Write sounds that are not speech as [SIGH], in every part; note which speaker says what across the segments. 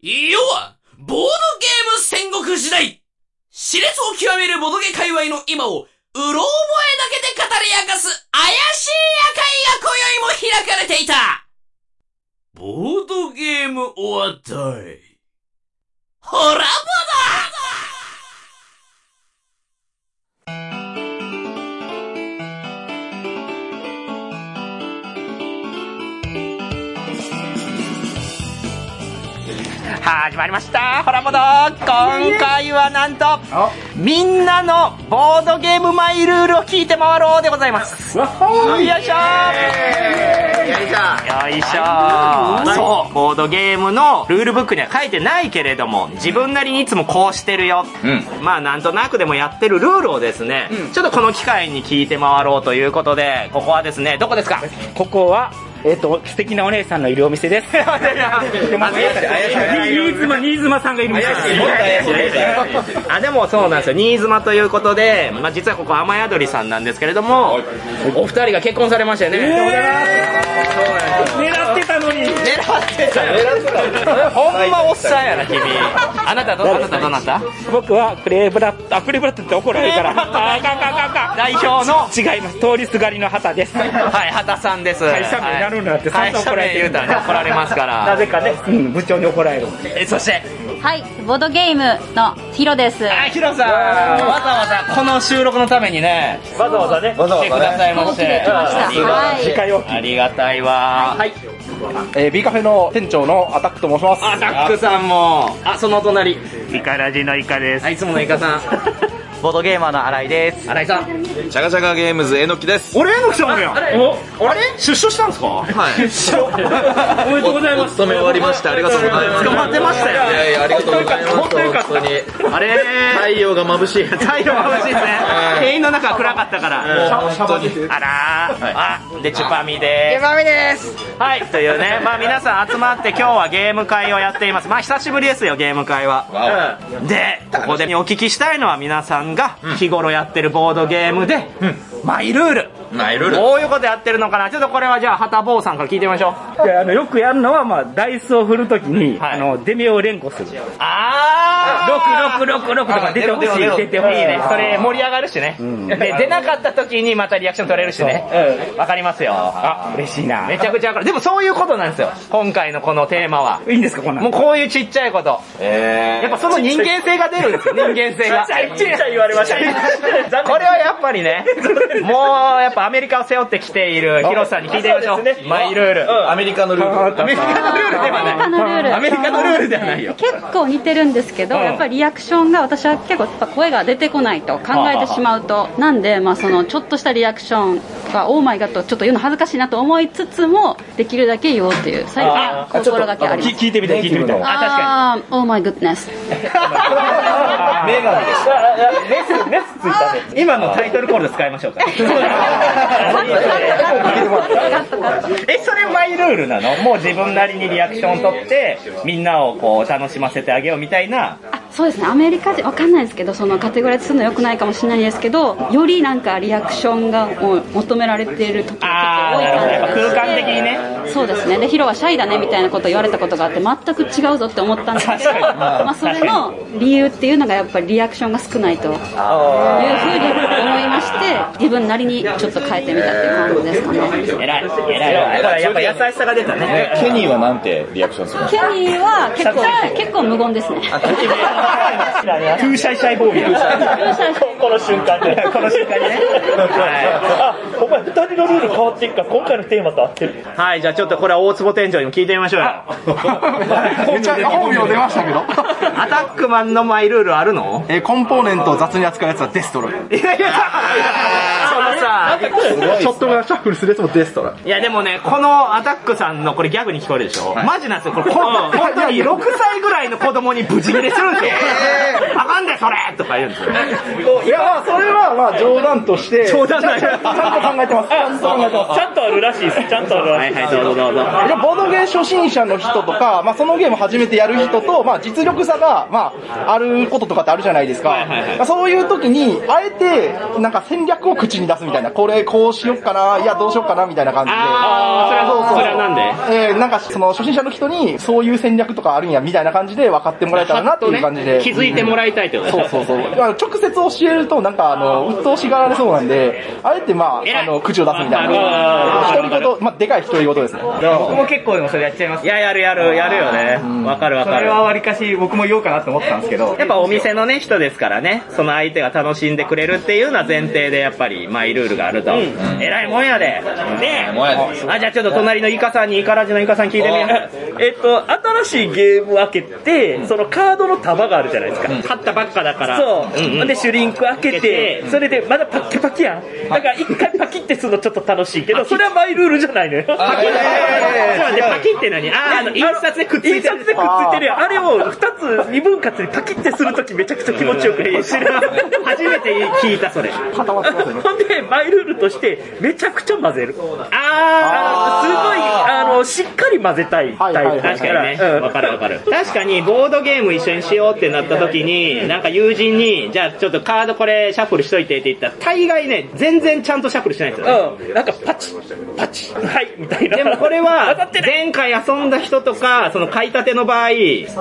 Speaker 1: 要は、ボードゲーム戦国時代熾烈を極めるボドゲ界隈の今を、うろ覚えだけで語り明かす怪しい夜会が今宵も開かれていたボードゲームオアダイ。ホラボだ
Speaker 2: 始まりましたホラボド今回はなんと
Speaker 3: あ
Speaker 2: みんなのボードゲームマイルールを聞いて回ろうでございますよ
Speaker 3: わっほー
Speaker 2: い
Speaker 3: い
Speaker 2: しょよいしょそうボードゲームのルールブックには書いてないけれども自分なりにいつもこうしてるよ、まあなんとなくでもやってるルールをですね、ちょっとこの機会に聞いて回ろうということでここはですねどこですか [LAUGHS]
Speaker 4: ここは、えっ、と、素敵なお姉さんのいるお [LAUGHS] 店です。新妻、新妻さんがいる店
Speaker 2: あでもそうなんですよ新妻ということで、まあ、実はここ雨宿りさんなんですけれどもお二人が結婚されましたよね、
Speaker 4: 狙ってたのに。
Speaker 2: 狙ってたほんまおっさんやな君あなたどあなたどなた
Speaker 4: 僕はクレーブラッド、あ、クレーブラッドって怒られるから。あ、あかんあかんあかんあかん
Speaker 2: 代表の
Speaker 4: 違います。通りすがりの旗です。
Speaker 2: はい畑さんです
Speaker 4: 会社名なるなって
Speaker 2: はい
Speaker 4: 散々怒られて
Speaker 2: 会社名言
Speaker 4: る
Speaker 2: うたらね怒られますから
Speaker 4: なぜかね、うん、部長に怒られる。
Speaker 2: えそして
Speaker 5: はい、ボードゲームのヒロです。
Speaker 2: あヒロさんわざわざこの収録のためにね
Speaker 4: わざわざね、
Speaker 2: 来てくださいまし
Speaker 5: 来
Speaker 2: て
Speaker 5: てきました
Speaker 2: ありが
Speaker 5: はい
Speaker 4: 次回を。
Speaker 2: ありがたいわはい
Speaker 6: えー、B カフェの店長のアタックと申します。
Speaker 2: アタックさんもあそのお隣
Speaker 4: イカラジのイカです。
Speaker 2: あいつものイカ [LAUGHS] さん
Speaker 6: ボードゲーマーの新井です。
Speaker 2: 新井さん
Speaker 7: チャガチャガゲームズえのきです。
Speaker 4: 俺への来たのや
Speaker 2: あれ
Speaker 4: 出所したんですか
Speaker 7: はい。
Speaker 4: おめでとうござい
Speaker 7: お
Speaker 4: ます。
Speaker 7: 勤め終わりましてありがとうございます。
Speaker 2: 捕まってましたよね
Speaker 7: いやいやありがとうございます。本当に。
Speaker 2: あれ
Speaker 7: 太陽が眩しい。
Speaker 2: 太陽が眩しいですね店員の中は暗かったから
Speaker 7: 本当に。
Speaker 2: あらー、あでチュパミでーすチュパミですはいという [LAUGHS] ねまあ皆さん集まって今日はゲーム会をやっていますまあ久しぶりですよゲーム会は、うんでここでお聞きしたいのは皆さんが日頃やってるボードゲームで、マイルール
Speaker 7: まあいろいろ。
Speaker 2: どういうことやってるのかなちょっとこれはじゃあはたぼうさんから聞いてみましょう
Speaker 4: いやあのよくやるのは、まあ、ダイスを振るときに、
Speaker 2: はい
Speaker 4: あのデメを連呼する
Speaker 2: あー
Speaker 4: 6666とか出てほしい出てほしい
Speaker 2: いいね
Speaker 4: ね
Speaker 2: それ盛り上がるしね、で出なかった時にまたリアクション取れるしねわ、かりますよ
Speaker 4: あ嬉しいな
Speaker 2: めちゃくちゃわかるでもそういうことなんですよ今回のこのテーマはい
Speaker 4: いんですかこんなん
Speaker 2: もうこういうちっちゃいこと
Speaker 7: え
Speaker 2: やっぱその人間性が出るんですよ人間性が
Speaker 4: ちっちゃい言われました
Speaker 2: [LAUGHS] これはやっぱりねもうやっぱアメリカを背負ってきているヒロさんに聞いてみましょう
Speaker 4: そうですね
Speaker 2: マイルール
Speaker 7: ー、アメリカのルール。
Speaker 2: アメリカのルールでは
Speaker 5: アメリカ
Speaker 2: な
Speaker 5: のルー
Speaker 2: い
Speaker 5: ル。
Speaker 2: アメリカのルールではないよ
Speaker 5: 結構似てるんですけど、やっぱりリアクションが私は結構やっぱ声が出てこないと考えてしまうと、なんで、まあ、そのちょっとしたリアクションとか、オーマイガとちょっと言うの恥ずかしいなと思いつつも、できるだけ言おうっていう、最近は心がけあります。
Speaker 4: 聞いてみたい聞いてみたい
Speaker 5: あー、オーマイグッドネス。
Speaker 2: [LAUGHS]
Speaker 7: メガネです。
Speaker 4: ネスネスついたね
Speaker 2: 今のタイトルコールで使いましょうか
Speaker 4: えそれマイルールなのもう自分なりにリアクション取ってみんなをこう楽しませてあげようみたいな
Speaker 5: そうですねアメリカ人わかんないですけどそのカテゴライズするのよくないかもしれないですけどよりなんかリアクションがもう求められている時が結構多い感じがして
Speaker 4: あーなるほどやっぱ空間的にね
Speaker 5: そうですねでヒロはシャイだねみたいなこと言われたことがあって全く違うぞって思ったんですけど、
Speaker 4: 確かに
Speaker 5: まあ、それの理由っていうのがやっぱりリアクションが少ないというふうに思いまして自分なりにちょっと変えてみたっていう感じですかね
Speaker 4: 偉い偉い
Speaker 2: らやっぱ優しさが出たね
Speaker 7: ねケニーはなんてリアクションするの
Speaker 5: ケニーは結構結構無言ですね [LAUGHS]
Speaker 4: ト [LAUGHS] ゥーシャイシャイボーイやこの瞬間でこの瞬間にねあお前二人のルール変わっていくから今回のテーマと合ってる
Speaker 2: はい、じゃあちょっとこれは大坪店長にも聞いてみましょうよ。
Speaker 6: めっちゃ本名出ましたけど。
Speaker 2: アタックマンのマイルールあるの
Speaker 6: [LAUGHS] えー、コンポーネントを雑に扱うやつはデスト [LAUGHS] ロイ。
Speaker 2: いやいや、そのさ、
Speaker 6: ショットガンシャッフルするやつもデストロイ。
Speaker 2: いやでもね、このアタックさんのこれギャグに聞こえるでしょ、マジなんですよ。これ、ほん本当に6歳ぐらいの子供にブチギレするんですよ。あかんでそれとか言うんですよ。
Speaker 6: いや、まあ、それはまあ冗談として、
Speaker 2: 冗談だよ
Speaker 6: ちゃんと考えてます。ちゃんと考えてます。
Speaker 4: ちゃんとあるらしいですちゃんとあるら
Speaker 2: は
Speaker 4: しい
Speaker 2: い
Speaker 4: で
Speaker 2: はい、
Speaker 4: す
Speaker 2: どうぞ。どなるほど。
Speaker 6: じゃあボードゲーム初心者の人とか、まあ、そのゲーム初めてやる人と、まあ、実力差が、まあ、あることとかってあるじゃないですか。まあそういう時に、あえて、なんか戦略を口に出すみたいな、これこうしよっかな、いやどうしよっかな、みたいな感じで。
Speaker 2: あーそれはそれはなんで
Speaker 6: えーなんかその初心者の人に、そういう戦略とかあるんや、みたいな感じで分かってもらえたらなっていう感じで。
Speaker 2: 気づいてもらいたいってこと
Speaker 6: そうそうそう。まあ直接教えると、なんか、あの、鬱陶しがられそうなんで、あえて、ま
Speaker 2: 偉
Speaker 6: あ、
Speaker 2: い
Speaker 6: あの、口を出すみたい
Speaker 2: あ
Speaker 6: な。
Speaker 2: ー
Speaker 6: 独り言、まあ、でかい独り言ですね。
Speaker 8: 僕も結構でもそれやっちゃいます
Speaker 2: いや、やるやる、やるよね。わかるわ
Speaker 8: そ
Speaker 2: か
Speaker 8: れ
Speaker 2: る。
Speaker 8: はわりかし僕も言おうかなと思ったんですけど
Speaker 2: やっぱお店のね、人ですからね、その相手が楽しんでくれるっていうのは前提でやっぱり、マイルールがあると。偉いもんやで。ね
Speaker 1: もやで
Speaker 2: あ、じゃあちょっと隣のイカさんに、イカラジのイカさん聞いてみよう。
Speaker 4: えっと、新しいゲーム開けて、そのカードの束があるじゃないですか。
Speaker 2: 勝ったばっかだから。
Speaker 4: そう。
Speaker 2: んん
Speaker 4: で、シュリンク開け
Speaker 2: 開け
Speaker 4: て、それで、まだパッキパキやん。だから、一回パキってするのちょっと楽しいけど、それはマイルールじゃないのよ。
Speaker 2: パキッちょっと待ってパキって何あー、あの、印刷でくっつい
Speaker 4: 印
Speaker 2: て
Speaker 4: 刷
Speaker 2: る。
Speaker 4: でくっついてるやん。あれを、二つ、二分割にパキってするときめちゃくちゃ気持ちよくて。
Speaker 2: 知らん初めて聞いた、それ。
Speaker 4: [LAUGHS] ほんで、マイルールとして、めちゃくちゃ混ぜる。
Speaker 2: あ
Speaker 4: すごい、あの、しっかり混ぜたいタイプだから。
Speaker 2: 確かにね。
Speaker 4: うん
Speaker 2: わかるわかる。確かに、ボードゲーム一緒にしようってなった時に、なんか友人に、じゃあちょっとカードこれシャッフルしといてって言ったら、大概ね、全然ちゃんとシャッフルしないんですよね。
Speaker 4: うん、なんかパチパチはいみたいな
Speaker 2: でもこれ
Speaker 8: [LAUGHS]
Speaker 4: 当
Speaker 2: は
Speaker 4: たって、ない
Speaker 2: 前回遊んだ人とか、その買いたての場合、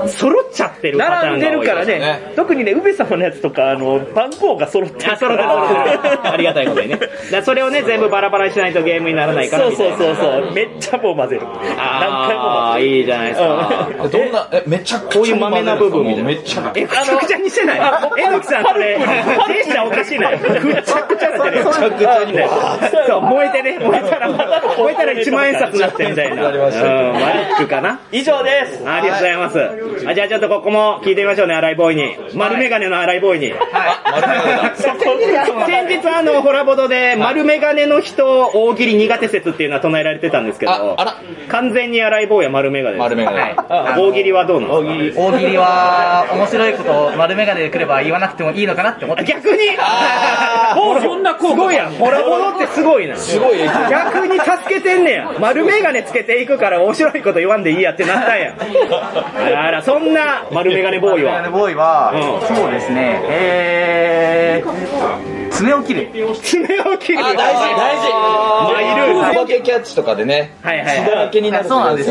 Speaker 2: 揃っちゃってるパター
Speaker 4: 並
Speaker 2: ンが多
Speaker 4: んで
Speaker 2: い
Speaker 4: るからね特にね梅様のやつとかあの番号が揃ってる
Speaker 2: あ、揃ってる揃ってるありがたいことにね。だからそれをね、全部バラバラにしないとゲームにならないから
Speaker 4: そう
Speaker 2: みたい
Speaker 4: そ
Speaker 2: な。
Speaker 4: うそうそうめっちゃもう混ぜる何回も
Speaker 2: ああ、
Speaker 4: 混ぜる
Speaker 2: いいじゃないですか。
Speaker 4: うん
Speaker 1: どんな、え、めちゃくちゃ。
Speaker 2: こういう豆な部分みたいな
Speaker 1: めっちゃ。
Speaker 2: え、ぐちゃぐちゃにしてないえのきさん、これ、電車おかしいなよ。ぐちゃぐちゃにしてるよ。
Speaker 1: めちゃくちゃにも。
Speaker 2: そう、燃えてね、燃えたら、燃えたら1万円札になってみたいな。うん、マリックかな
Speaker 4: 以上です
Speaker 2: ありがとうございます。あじゃあちょっとここも聞いてみましょうね、荒井ボーイに。丸メガネの荒井ボーイに。 [LAUGHS] 先日あの、ホラボドで丸メガネの人大喜利苦手説っていうのは唱えられてたんですけ
Speaker 1: あ
Speaker 2: ど
Speaker 1: あら、
Speaker 2: 完全に荒井ボーイは丸メガネです。
Speaker 1: 丸眼鏡
Speaker 2: はい大喜利はどうなの
Speaker 8: 大喜利は面白いことを丸眼鏡で来れば言わなくてもいいのかなって思って
Speaker 2: 逆にもうそんな効果すごいやん。ホラボドってすごいな。
Speaker 1: すごい影響。
Speaker 2: 逆に助けてんねや。丸メガネつけていくから面白いこと言わんでいいやってなったんや。あら、そんな丸メガネボーイは。
Speaker 8: ボーイは、そうですねえー、爪を切る
Speaker 2: 爪を切る。
Speaker 1: あ、大事、大事。
Speaker 2: マイルール
Speaker 1: お化けキャッチとかでね、
Speaker 2: はいはい
Speaker 1: 血
Speaker 2: は
Speaker 1: だ
Speaker 2: い。
Speaker 1: らけになるって
Speaker 8: そう
Speaker 1: こと
Speaker 8: なんです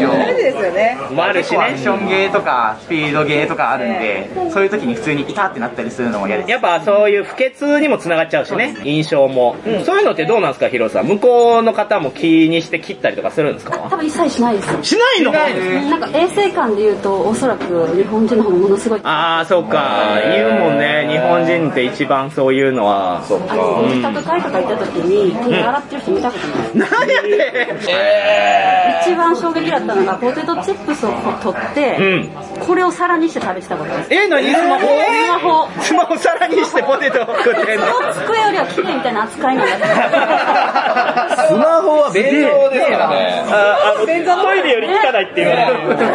Speaker 8: よ
Speaker 1: ね
Speaker 2: もあるし
Speaker 8: 結構アク
Speaker 2: ね
Speaker 8: シ。ョンゲーとかスピードゲーとかあるんでそういう時に普通にいたってなったりするのも嫌です
Speaker 2: やっぱそういう不潔にもつながっちゃうしね、印象も。そういうのってどうなんですか、ヒロさん。向こうの方も気にして切ったりとかするんですか
Speaker 5: 多分一切しないです
Speaker 2: しないの
Speaker 5: なんか衛生観で言うとおそらく日本人の方がものすごいあ
Speaker 2: ああ、そうか。言うもんね。日本人って一番そういうのは。
Speaker 5: の自宅会とか行った時に手洗ってる人見たことないです
Speaker 2: 何やね
Speaker 5: 一番衝撃だったのがポテトチップスをこう取って、
Speaker 2: うん
Speaker 5: これを皿にして食べてたことです
Speaker 2: え、何スマホ
Speaker 5: スマホ
Speaker 2: スマホさらにしてポテト食ってんの
Speaker 5: その机よりは綺麗みたいな扱いなんだ
Speaker 1: スマホは便乗ですからね。
Speaker 4: ああのトイレより汚いって言われる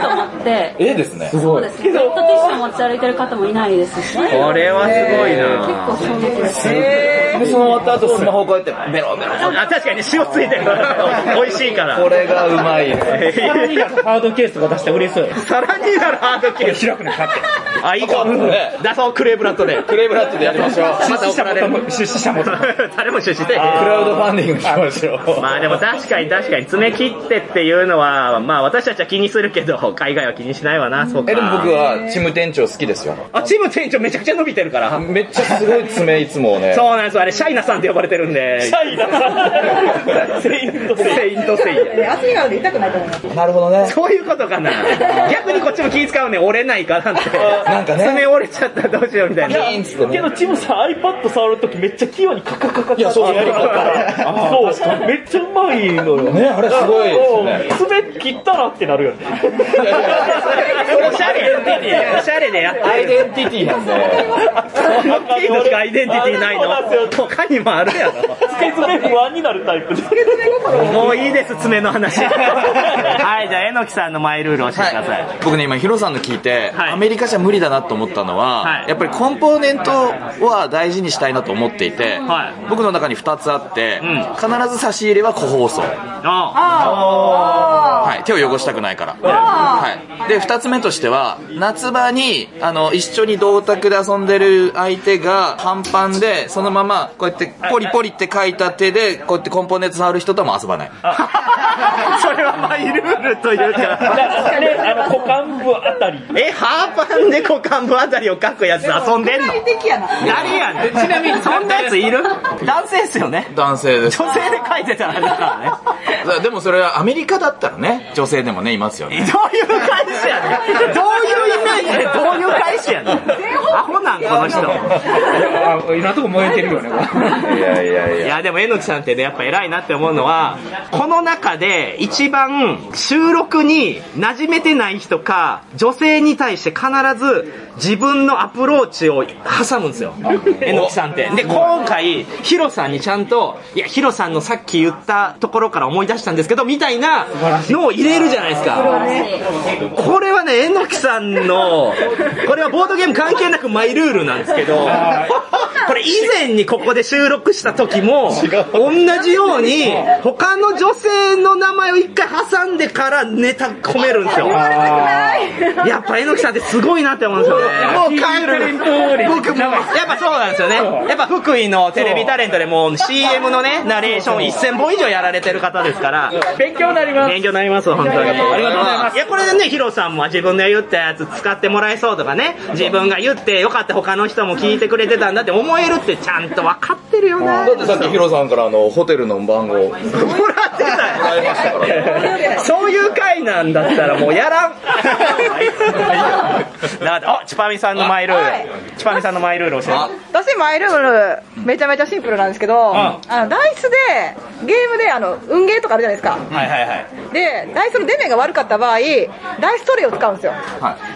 Speaker 5: と思って
Speaker 1: ええですね。すご
Speaker 5: そうですね。ずっとティッシュ持ち歩いてる方もいないですし。結
Speaker 2: これはすごいな。
Speaker 5: 構衝撃です。
Speaker 1: で、その終わった後スマホこうやって、ベロベロ。
Speaker 2: あ、確かに塩つ
Speaker 1: [LAUGHS]
Speaker 2: いてる。美味しいから。
Speaker 1: これがうまいです。
Speaker 4: ハードケースとか出したら嬉しそう
Speaker 2: さらになるハードキル。開くね、買って。あ、いいか。
Speaker 1: ね
Speaker 2: 出そう、クレーブラットで。
Speaker 1: クレーブラッドでやりまし
Speaker 2: [LAUGHS]
Speaker 1: ょう。
Speaker 2: また怒られる。出資者も。 [LAUGHS] 誰も出資して。
Speaker 1: クラウドファンディングしましょ
Speaker 8: [LAUGHS]
Speaker 1: う。
Speaker 2: まあでも確かに確かに爪切ってっていうのは、まあ私たちは気にするけど、海外は気にしないわな、そうか。
Speaker 1: え、でも僕。は、チーム店長好きですよ。
Speaker 2: あ、チーム店長めちゃくちゃ伸びてるから。
Speaker 1: めっちゃすごい爪いつもね。
Speaker 2: そうなんです、あれ、シャイナさんって呼ばれてるんで。シャイナさん [LAUGHS] セイントセイ。セイントセイヤ。
Speaker 1: なるほどね。
Speaker 2: そういうことかな。逆にこっちも気使うね、折れないからって。
Speaker 1: なんかね
Speaker 2: 爪折れちゃったらどうしようみたいな。
Speaker 1: ピーンっつって
Speaker 4: け
Speaker 1: ね。
Speaker 4: どチムさん iPad 触るときめっちゃ器用にカカカカ
Speaker 1: い
Speaker 4: カ
Speaker 1: やそうそう
Speaker 4: やり方そうめっちゃうまいのよ
Speaker 1: ね、あれすごいですね。
Speaker 4: うん爪切ったらってなるよね
Speaker 2: おしゃれ、おしゃれでやってる。
Speaker 1: アイデンティティなんで。
Speaker 2: そのキーのしかアイデンティティいない
Speaker 4: そうなんです
Speaker 2: の
Speaker 4: よ
Speaker 2: 他にもあるやろ
Speaker 4: け詰め不安になるタイプです。
Speaker 2: もういいです爪の話はいじゃあえのきさんのマイルール教えてください、
Speaker 6: 僕ね今ヒロさんの聞いて、
Speaker 2: はい
Speaker 6: アメリカじゃ無理だなと思ったのは、
Speaker 2: はい
Speaker 6: やっぱりコンポーネントは大事にしたいなと思っていて、
Speaker 2: はい
Speaker 6: 僕の中に2つあって、
Speaker 2: ん
Speaker 6: 必ず差し入れは個包装、
Speaker 2: あ
Speaker 6: はい、手を汚したくないから、はい、で2つ目としては夏場にあの一緒に銅鐸で遊んでる相手が半パンでそのままこうやってポリポリって書いた手でこうやってコンポーネント触る人とはもう遊
Speaker 2: [LAUGHS]
Speaker 6: ばない
Speaker 2: それはマイルールというか
Speaker 4: で、あの、股間部あたり。
Speaker 2: えハーパンで股間部あたりを書くやつ遊んでんの
Speaker 9: 的やな。
Speaker 2: 誰やねんちなみにそんなやついる [LAUGHS] 男性っすよね
Speaker 6: 男性です
Speaker 2: 女性で書いてたらだからね
Speaker 6: [LAUGHS] でもそれはアメリカだったらね女性でもねいますよね
Speaker 2: [LAUGHS] どういう返しやねんどういうイメージでどういう返しやねん [LAUGHS] アホなんこの人
Speaker 10: いろんなとこ燃えてるよね、
Speaker 6: いやいやい
Speaker 2: いやでもえのきさんってねやっぱ偉いなって思うのはこの中で一番収録に馴染めてない人か女性に対して必ず自分のアプローチを挟むんですよえのきさんってで今回ヒロさんにちゃんと「いやヒロさんのさっき言ったところから思い出したんですけど」みたいなのを入れるじゃないですかこれはねえのきさんのこれはボードゲーム関係なくマイルールなんですけどこれ以前にここで収録した時も同じように他の女性の名前を一回挟んでからネタ込めるんですよやっぱえのきさんってすごいなって思うんですよねもう
Speaker 8: [LAUGHS]
Speaker 2: 帰る僕もやっぱそうなんですよねやっぱ福井のテレビタレントでもう CM のねナレーション1000本以上やられてる方ですから
Speaker 4: 勉強になります。
Speaker 2: 勉強になります本当にあ
Speaker 6: りがとうございます
Speaker 2: いやこれでねヒロさんも自分の言ったやつ使ってもらえそうとかね自分が言ってよかった他の人も聞いてくれてたんだって思えるってちゃんと分かってるよな
Speaker 6: だってさっきヒロさんからあのホテルの番号もらい
Speaker 2: もらってたよ
Speaker 6: ましたから
Speaker 2: そういう回 [LAUGHS] なんだったらもうやらんなるほどあチュパミさんのマイルールチュパミさんのマイルール教えて
Speaker 9: 私マイルールめちゃめちゃシンプルなんですけど、あのダイスでゲームであの運ゲーとかあるじゃないですか
Speaker 2: はいはいはい
Speaker 9: でダイスの出目が悪かった場合ダイストレイを使うんですよ、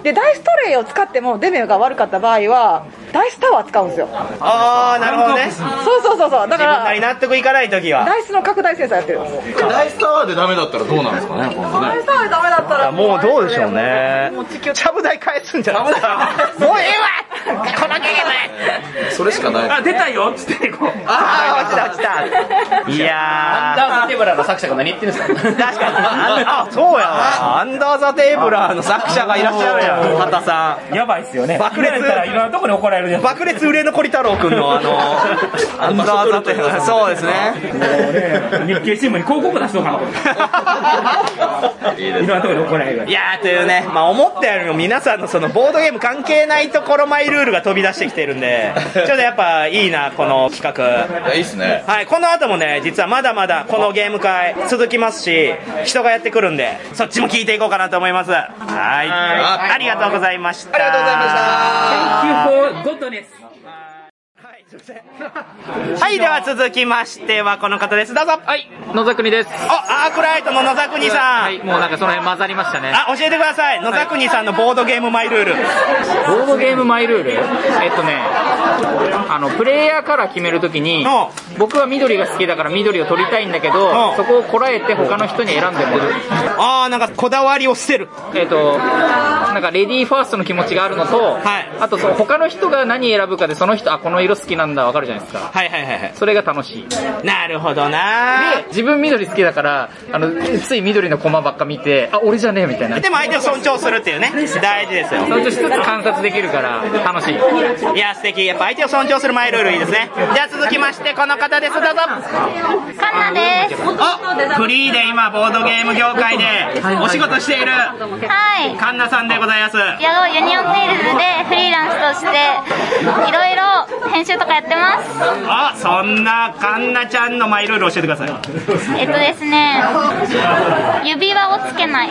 Speaker 9: でダイストレイを使っても出目が悪かった場合はダイスタワー使うんですよ
Speaker 2: ああなるほどね自
Speaker 9: そうそうそうそうだか
Speaker 2: 分なり
Speaker 9: ら
Speaker 2: 納得いかない時は
Speaker 9: ダイスの拡大センサーやってるんです
Speaker 6: ダイスタワーでダメだったらどうなんですかね今度ね
Speaker 9: ダイスタワーでダメだったら
Speaker 2: もうどうでしょうね
Speaker 9: もう地球
Speaker 2: ちゃぶ台返すんじゃなくてもうええわこのゲーム
Speaker 6: それしかない
Speaker 4: あ、出たよっつって、こう。
Speaker 2: ああ、落ちた落ちた。いや
Speaker 10: ダンステーブラーの作者が何言ってるんですか
Speaker 2: ー。確かに。あ、そうやわ。アンダーザテーブラーの作者がいらっしゃるやん。畑さん。
Speaker 4: やばいっすよね。
Speaker 2: 爆裂
Speaker 4: 言われたらいろんなとこに怒られるじゃん。
Speaker 2: 爆裂売れ残り太郎くん [LAUGHS] のあの、アンダーザテーブラー。そうですね。
Speaker 4: 日経新聞に広告出しとかな。
Speaker 1: [LAUGHS]
Speaker 4: いろんなとこに怒られる
Speaker 2: いやーというね、まあ思ったよりも皆さんのそのボードゲーム関係ないところマイルールが飛び出してきてるん
Speaker 6: [LAUGHS]
Speaker 2: で、ちょっとやっぱいいな、この企画。
Speaker 6: いやいいっすね
Speaker 2: はい、この後もね、実はまだまだこのゲーム会続きますし、人がやってくるんで、そっちも聞いていこうかなと思います。はい。ありがとうございました。ありがとうございました。はい、では続きましてはこの方です。どうぞ。
Speaker 10: はい、野沢国です。
Speaker 2: あ、アークライトの野沢国さ
Speaker 10: は
Speaker 2: ん。
Speaker 10: い、もうなんかその辺混ざりましたね。
Speaker 2: あ、教えてください。野沢国さんのボードゲームマイルール。
Speaker 10: ボードゲームマイルールえっとねあのプレイヤーから決めるときに
Speaker 2: う
Speaker 10: 僕は緑が好きだから緑を取りたいんだけ
Speaker 2: う
Speaker 10: ど
Speaker 2: ん
Speaker 10: そこをこらえて他の人に選んでもらう
Speaker 2: あー、なんかこだわりを捨てる。
Speaker 10: えっとなんかレディーファーストの気持ちがあるのと、
Speaker 2: はい
Speaker 10: あとその他の人が何選ぶかでその人あこの色好きなんだわかるじゃないですか
Speaker 2: はいはいはいは
Speaker 10: それが楽しいで
Speaker 2: い。なるほどな
Speaker 10: 自分緑好きだからあのつい緑の駒ばっか見てあ俺じゃねえみたいな
Speaker 2: でも相手を尊重するっていうね、大事ですよ
Speaker 10: そ。のうち一つ観察できるから楽しい
Speaker 2: いや、素敵。やっぱ相手を尊重するマイルールいいですね。じゃあ続きまして、この方です。どうぞ。
Speaker 11: カンナです。
Speaker 2: おフリーで今、ボードゲーム業界でお仕事している、
Speaker 11: はい。
Speaker 2: カンナさんでございます。
Speaker 11: やろうユニオンテイルズでフリーランスとして、いろいろ編集とかやってます。
Speaker 2: あ、そんなカンナちゃんのマイルール教えてください。
Speaker 11: えっとですね、指輪をつけない。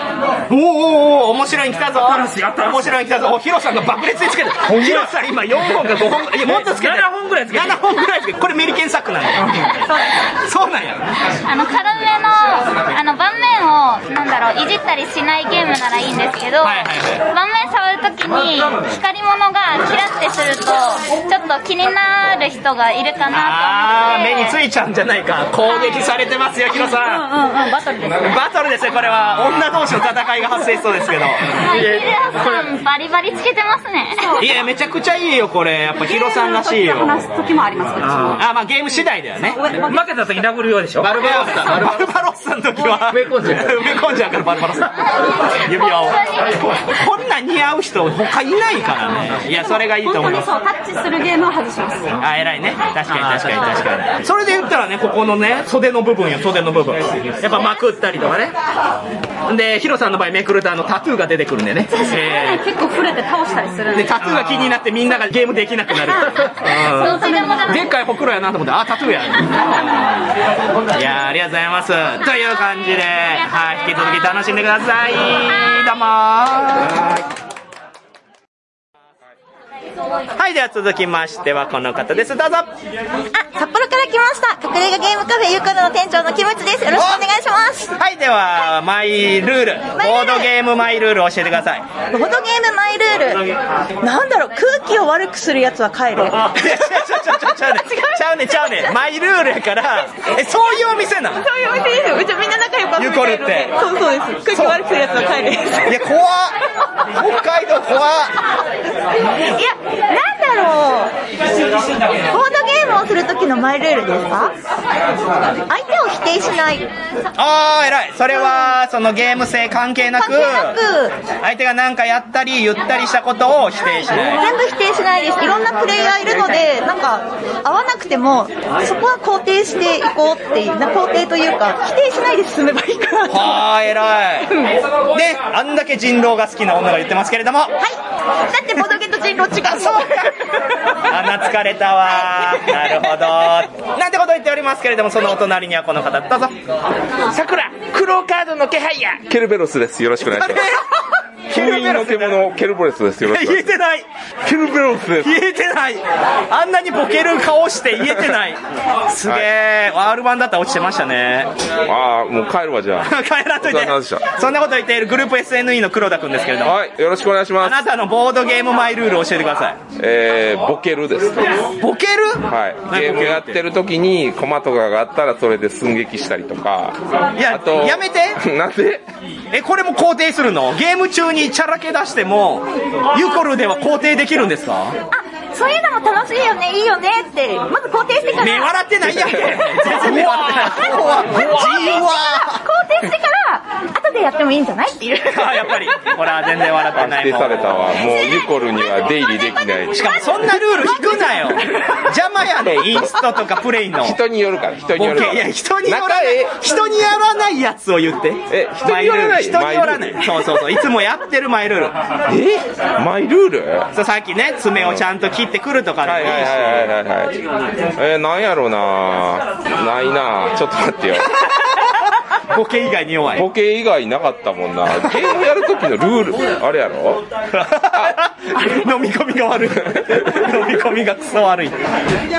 Speaker 2: おーおーおー面白いに来たぞ。面白いに来たぞ。お、ヒロさんが爆裂につけてる。ヒロさん今4本か5本か、いや、もっとつけてる。7本ぐらいつけてる。7本ぐらいつけてる。これメリケンサックなんだよ。そうなんや。
Speaker 11: あの、軽めの、あの、盤面を、なんだろう、いじったりしないゲームならいいんですけど、盤面触るときに光り物がキラってするとちょっと気になる人がいるかな
Speaker 4: あー目についちゃうんじゃないか攻撃されてますよヒロさん
Speaker 11: とうんうんバトルですね
Speaker 4: バトルですよこれは女同士の戦いが発生しそうですけど
Speaker 11: ヒルさんバリバリつけてますね
Speaker 4: いやめちゃくちゃいいよこれやっぱヒロさんらしいよ
Speaker 5: 話す時もありますこっちも
Speaker 4: あまあゲーム次第だよね
Speaker 2: 負けた時殴るようでしょ
Speaker 4: バルバロスさんバルバロスさんの時は
Speaker 2: 植え込んじゃう
Speaker 4: 埋め込んじゃうからバルバロスさん指輪をこんな似合う人他いないからねいやそれがいいと
Speaker 5: 本
Speaker 4: 思
Speaker 5: 当
Speaker 4: い
Speaker 5: に
Speaker 4: ます
Speaker 5: そうタッチするゲームは外します
Speaker 4: あ偉いね確かに確かに確かにそれで言ったらねここのね袖の部分よ袖の部分やっぱまくったりとかねでヒロさんの場合めくるとあのタトゥーが出てくるんでね、え
Speaker 5: 結構触れて倒したりする
Speaker 4: ー
Speaker 5: ん
Speaker 4: で
Speaker 5: で
Speaker 4: タトゥーが気になってみんながゲームできなくなる
Speaker 11: どっちでもだ
Speaker 4: でっかいほくろやなと思って、あ、タトゥーや。いやーありがとうございます。という感じで、はい、引き続き楽しんでください。どうもーはい、では続きましてはこの方です。どうぞ
Speaker 9: あ、札幌から来ました。隠れ家ゲームカフェゆうこの店長のキムチです。よろしくお願いします。
Speaker 4: はい、では、マイルール、ボードゲームマイルール教えてください。
Speaker 9: ボードゲームマイルール。なんだろう、空気を悪くするやつは
Speaker 4: [LAUGHS]
Speaker 9: 帰
Speaker 4: い
Speaker 9: れ。
Speaker 4: やちゃうちゃうちゃうちゃうねちゃうねちゃうねマイルールやからえそういうお店なの
Speaker 9: そういうお店ですよ。めちゃみんな仲良く
Speaker 4: ゆこるって
Speaker 9: そうそうです。空気を悪くするやつは帰れ。い
Speaker 4: いや怖っ北海道怖っ
Speaker 9: や、なんだろう。ボードゲームをする時のマイルールですか相手を否定しない。
Speaker 4: ああ偉いそれはそのゲーム性関係なく
Speaker 9: 関係なく、
Speaker 4: 相手が何かやったり言ったりしたことを否定しない
Speaker 9: 全部否定しないです。いろんなプレイヤーいるので、なんか、合わなくても、そこは肯定していこうっていう、な肯定というか、否定しないで進めばいいかなと。
Speaker 4: はあ偉いであんだけ人狼が好きな女が言ってますけれどもあ
Speaker 9: はい。だってボドゲと人狼違う。そう
Speaker 4: 懐かれたわなるほどなんてこと言っておりますけれどもそのお隣にはこの方どうぞ
Speaker 12: さくら黒カードの気配や
Speaker 13: ケルベロスです。よろしくお願いします。ケルベロス。の獣、ケルベロスです。よろしく
Speaker 4: [LAUGHS]
Speaker 13: お
Speaker 4: 言
Speaker 13: 願
Speaker 4: え
Speaker 13: いし
Speaker 4: てな
Speaker 13: ま
Speaker 4: い
Speaker 13: す。ケルベロスです。
Speaker 4: 言えてないあんなにボケる顔して言えてないすげえ、R1 だったら落ちてましたね [LAUGHS]
Speaker 13: ああ、もう帰るわ、じゃあ。
Speaker 4: 帰らんとい
Speaker 13: お疲
Speaker 4: て
Speaker 13: れ様でした
Speaker 4: そんなこと言っているグループ SNE の黒田君ですけれども
Speaker 13: はい、よろしくお願いし
Speaker 4: あ
Speaker 13: ます。
Speaker 4: なたのボードゲームマイルールを教えてください
Speaker 13: えー、ボケるです。は
Speaker 4: ボケる
Speaker 13: い。ゲームやってる時に、コマとかがあったら、それで寸劇したりとか。
Speaker 4: いや
Speaker 13: あと、
Speaker 4: やめて
Speaker 13: [LAUGHS] なんで
Speaker 4: えこれも肯定するのゲーム中にチャラけ出してもユコルでは肯定できるんですか
Speaker 9: あ、そういうのも楽しいよね、いいよねって、まず肯定してから。
Speaker 4: 目笑ってないやんけ全然目笑ってない
Speaker 9: 怖い
Speaker 4: 怖い怖
Speaker 9: 肯定してから、後でやってもいいんじゃないって
Speaker 11: [LAUGHS]
Speaker 9: いう。
Speaker 4: いあやっぱりほら全然笑って
Speaker 13: 安
Speaker 4: ない
Speaker 13: 定
Speaker 4: も
Speaker 13: され
Speaker 4: ん
Speaker 13: たわ。もう、ユコルには出入りで
Speaker 4: [LAUGHS]
Speaker 13: きない。
Speaker 4: しかもそんなルール聞くなよ邪魔やでインストとかプレイの
Speaker 13: 人によるから、人に
Speaker 4: ボ
Speaker 13: よ
Speaker 4: ケ
Speaker 13: るから。
Speaker 4: いや人によらな
Speaker 13: 仲え
Speaker 4: い
Speaker 13: え
Speaker 4: 人にやらないやつを言って
Speaker 13: え人によらない
Speaker 4: 人によらな
Speaker 13: マイル
Speaker 4: い
Speaker 13: ール
Speaker 4: そうそうそういつもやってるマイルール
Speaker 13: えマイルール
Speaker 4: そうさっきね爪をちゃんと切ってくるとかでも
Speaker 13: はいい
Speaker 4: いし
Speaker 13: はいはいはいはいはい。えー、なんやろうなないなちょっと待ってよ。
Speaker 4: ボケ以外に弱い
Speaker 13: ボケ以外なかったもんな。ゲームやる時のルール、あれやろ
Speaker 4: 飲み込みが
Speaker 13: [LAUGHS]
Speaker 4: 悪い飲み込みがクソ悪い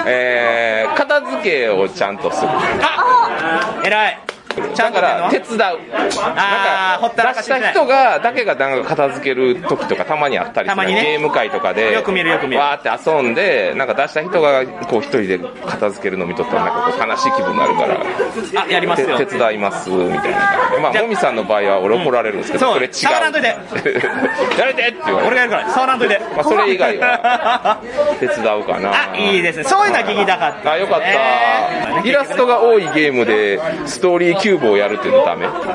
Speaker 13: えー、片付けをちゃんとする。
Speaker 4: 偉いちゃ
Speaker 13: だ
Speaker 4: んと
Speaker 13: か
Speaker 4: やるの
Speaker 13: ら、手伝う。なん
Speaker 4: あーほったらか
Speaker 13: か、
Speaker 4: し
Speaker 13: 出し
Speaker 4: にしな
Speaker 13: た
Speaker 4: い
Speaker 13: 人が、だけがなんか片付ける時とかたまにあったりす
Speaker 4: たま
Speaker 13: る、
Speaker 4: にね
Speaker 13: ゲーム会とかで、
Speaker 4: よく見るよく見る
Speaker 13: わーって遊んで、なんか出した人が、こう一人で片付けるの見とったら、なんかこう悲しい気分になるから。
Speaker 4: あやりますよ
Speaker 13: 手手伝いますみたいなまあ
Speaker 4: じゃあ
Speaker 13: もみさんの場合は俺怒られるんですけど、
Speaker 4: そう
Speaker 13: それ違う
Speaker 4: 触らんといて
Speaker 13: [LAUGHS] やれてって言われ
Speaker 4: 俺
Speaker 13: る
Speaker 4: がやるから触らんといて
Speaker 13: まあ、それ以外は手伝うかな
Speaker 4: [LAUGHS] あいいですねそういうのは聞きたかった
Speaker 13: あよかった、イラストが多いゲームでストーリーキューブをやるっていうの
Speaker 4: [LAUGHS]
Speaker 13: ダメ
Speaker 4: どういう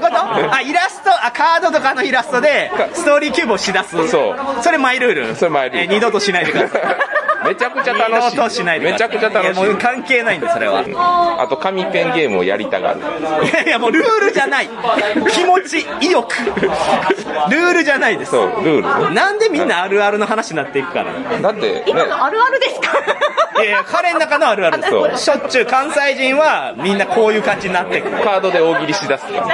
Speaker 4: ことあイラストあカードとかのイラストでストーリーキューブをしだす
Speaker 13: そう
Speaker 4: それマイルール
Speaker 13: それマイルール
Speaker 4: え二度としないでください
Speaker 13: [LAUGHS] めちゃくちゃ楽しい
Speaker 4: 二度としないでく
Speaker 13: め
Speaker 4: だ
Speaker 13: ち
Speaker 4: さ
Speaker 13: ゃ
Speaker 4: い
Speaker 13: くちゃ楽し
Speaker 4: やもう
Speaker 13: い
Speaker 4: 関係ないんでそれは
Speaker 13: あと紙ペンゲームをやりたがる
Speaker 4: いやいやもうルールじゃない気持ち意欲ルールじゃないです
Speaker 13: そうルールね
Speaker 4: なんでみんなあるあるの話になっていくからい
Speaker 13: だってね
Speaker 9: 今のあるあるですか
Speaker 4: やいや彼の中のあるあるですしょっちゅう関西人はみんなこういう感じになってくる
Speaker 13: カードで大喜利しだすとか